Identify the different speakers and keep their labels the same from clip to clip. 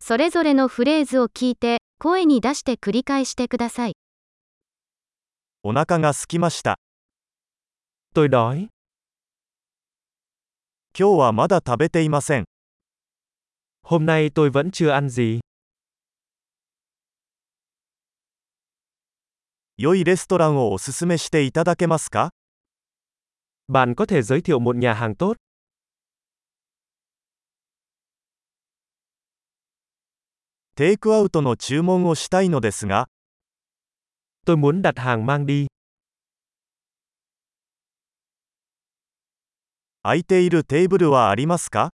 Speaker 1: それぞれのフレーズを聞いて、声に出して繰り返してください。
Speaker 2: お腹が空きました。Tôi đói. 今日はまだ食べていません。Hôm nay tôi vẫn chưa ăn gì. 良いレストランをおすすめしていただけますか
Speaker 3: Bạn có thể giới thiệu một nhà hàng tốt,
Speaker 2: テイクアウトの注文をしたいのですが、
Speaker 3: tôi muốn đặt hàng mang đi,
Speaker 2: 空いているテーブルはありますか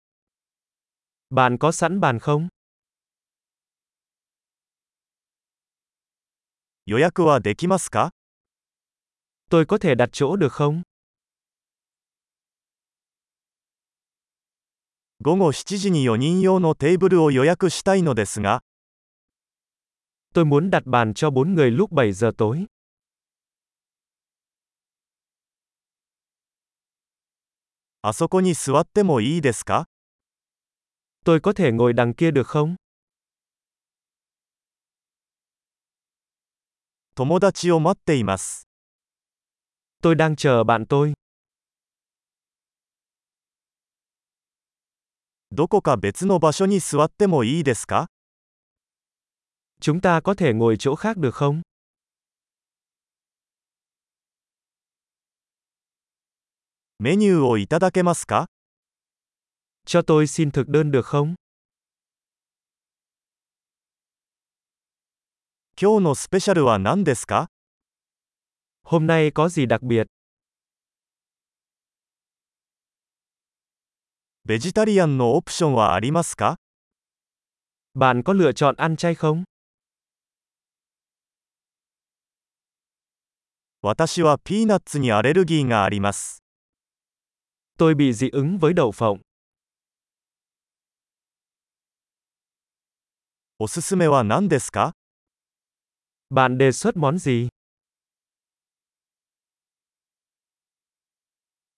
Speaker 3: bạn có sẵn bàn không?
Speaker 2: 予約はできますか
Speaker 3: Tôi có thể đặt chỗ được không?
Speaker 2: 午後7時に4人用のテーブルを予約したいのですが、
Speaker 3: Tôi muốn đặt bàn cho 4 người lúc 7 giờ tối,
Speaker 2: あそこに座ってもいいですか
Speaker 3: tôi có thể ngồi đằng kia được không?
Speaker 2: 友達を待っています。
Speaker 3: Tôi đang chờ bạn tôi,
Speaker 2: どこか別の場所に座ってもいいですか
Speaker 3: chúng ta có thể ngồi chỗ khác được không?
Speaker 2: メニューをいただけますか
Speaker 3: Cho tôi xin thực đơn được không?
Speaker 2: 今日のスペシャルは何ですか
Speaker 3: Hôm nay có gì đặc biệt?
Speaker 2: ベジタリアンのオプションはありますか
Speaker 3: Bạn có lựa chọn ăn chay không?
Speaker 2: 私はピーナッツにアレルギーがあります。
Speaker 3: Tôi bị dị ứng với đậu phộng,
Speaker 2: おすすめは何ですか
Speaker 3: bạn đề xuất món gì?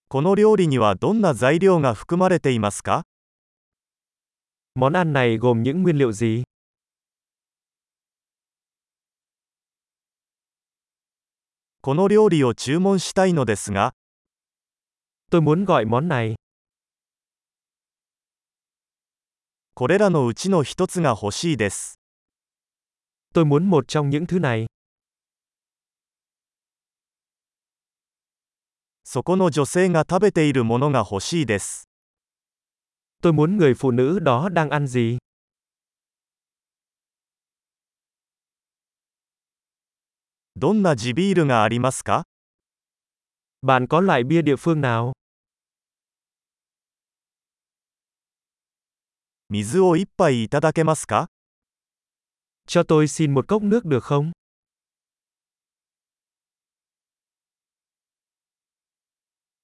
Speaker 2: この料理にはどんな材料が含まれていますか
Speaker 3: Món ăn này gồm những nguyên liệu gì?
Speaker 2: この料理を注文したいのですが、
Speaker 3: Tôi muốn gọi món này,
Speaker 2: これらのうちの一つが欲しいです。
Speaker 3: tôi muốn một trong những thứ này,
Speaker 2: そこの女性が食べているものが欲しいです。
Speaker 3: tôi muốn người phụ nữ đó đang ăn gì?
Speaker 2: どんな地ビールがありますか
Speaker 3: Bạn có loại bia địa phương nào?
Speaker 2: 水を一杯いただけますか
Speaker 3: Cho tôi xin một cốc nước được không?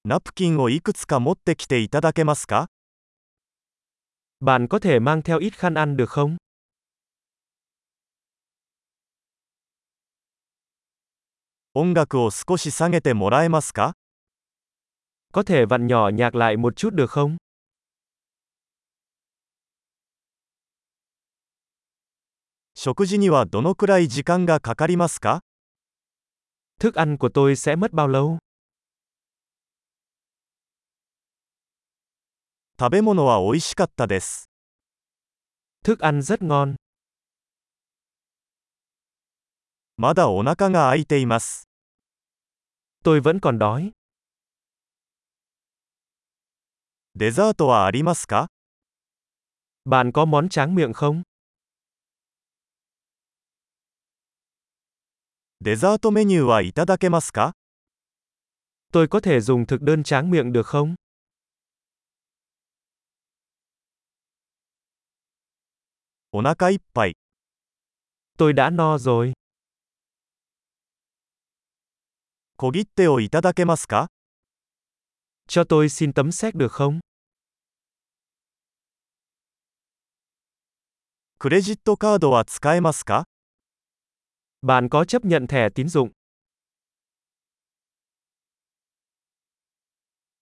Speaker 2: ナプキンをいくつか持ってきていただけますか
Speaker 3: Bạn có thể mang theo ít khăn ăn được không?
Speaker 2: 音楽を少し下げてもらえますか
Speaker 3: Có thể vặn nhỏ nhạc lại một chút được không?
Speaker 2: 食事にはどのくらい時間がかかりますか
Speaker 3: Thức ăn của tôi sẽ mất bao lâu?
Speaker 2: 食べ物は美味しかったです。
Speaker 3: Thức ăn rất ngon,
Speaker 2: まだお腹が空いています。
Speaker 3: tôi vẫn còn đói.
Speaker 2: デザートはありますか
Speaker 3: Bạn có món tráng miệng không?
Speaker 2: デザートメニューはいただけますか
Speaker 3: Tôi có thể dùng thực đơn tráng miệng được không?
Speaker 2: お腹いっぱい。
Speaker 3: Tôi đã no rồi,
Speaker 2: 小切手をいただけますか
Speaker 3: cho tôi xin tấm séc được không?
Speaker 2: クレジットカードは使えますか
Speaker 3: Bạn có chấp nhận thẻ tín dụng?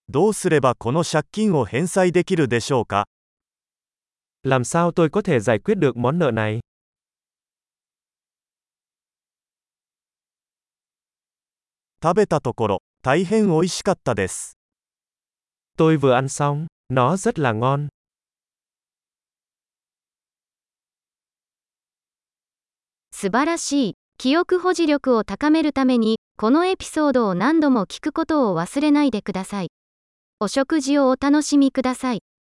Speaker 2: どうすればこの借金を返済できるでしょうか Làm sao tôi có thể giải quyết được món nợ này?
Speaker 4: Tôi đã ăn rồi, rất ngon.
Speaker 2: Tôi vừa ăn xong, nó rất là ngon.
Speaker 1: 素晴らしい。記憶保持力を高めるために、このエピソードを何度も聞くことを忘れないでください。お食事をお楽しみください。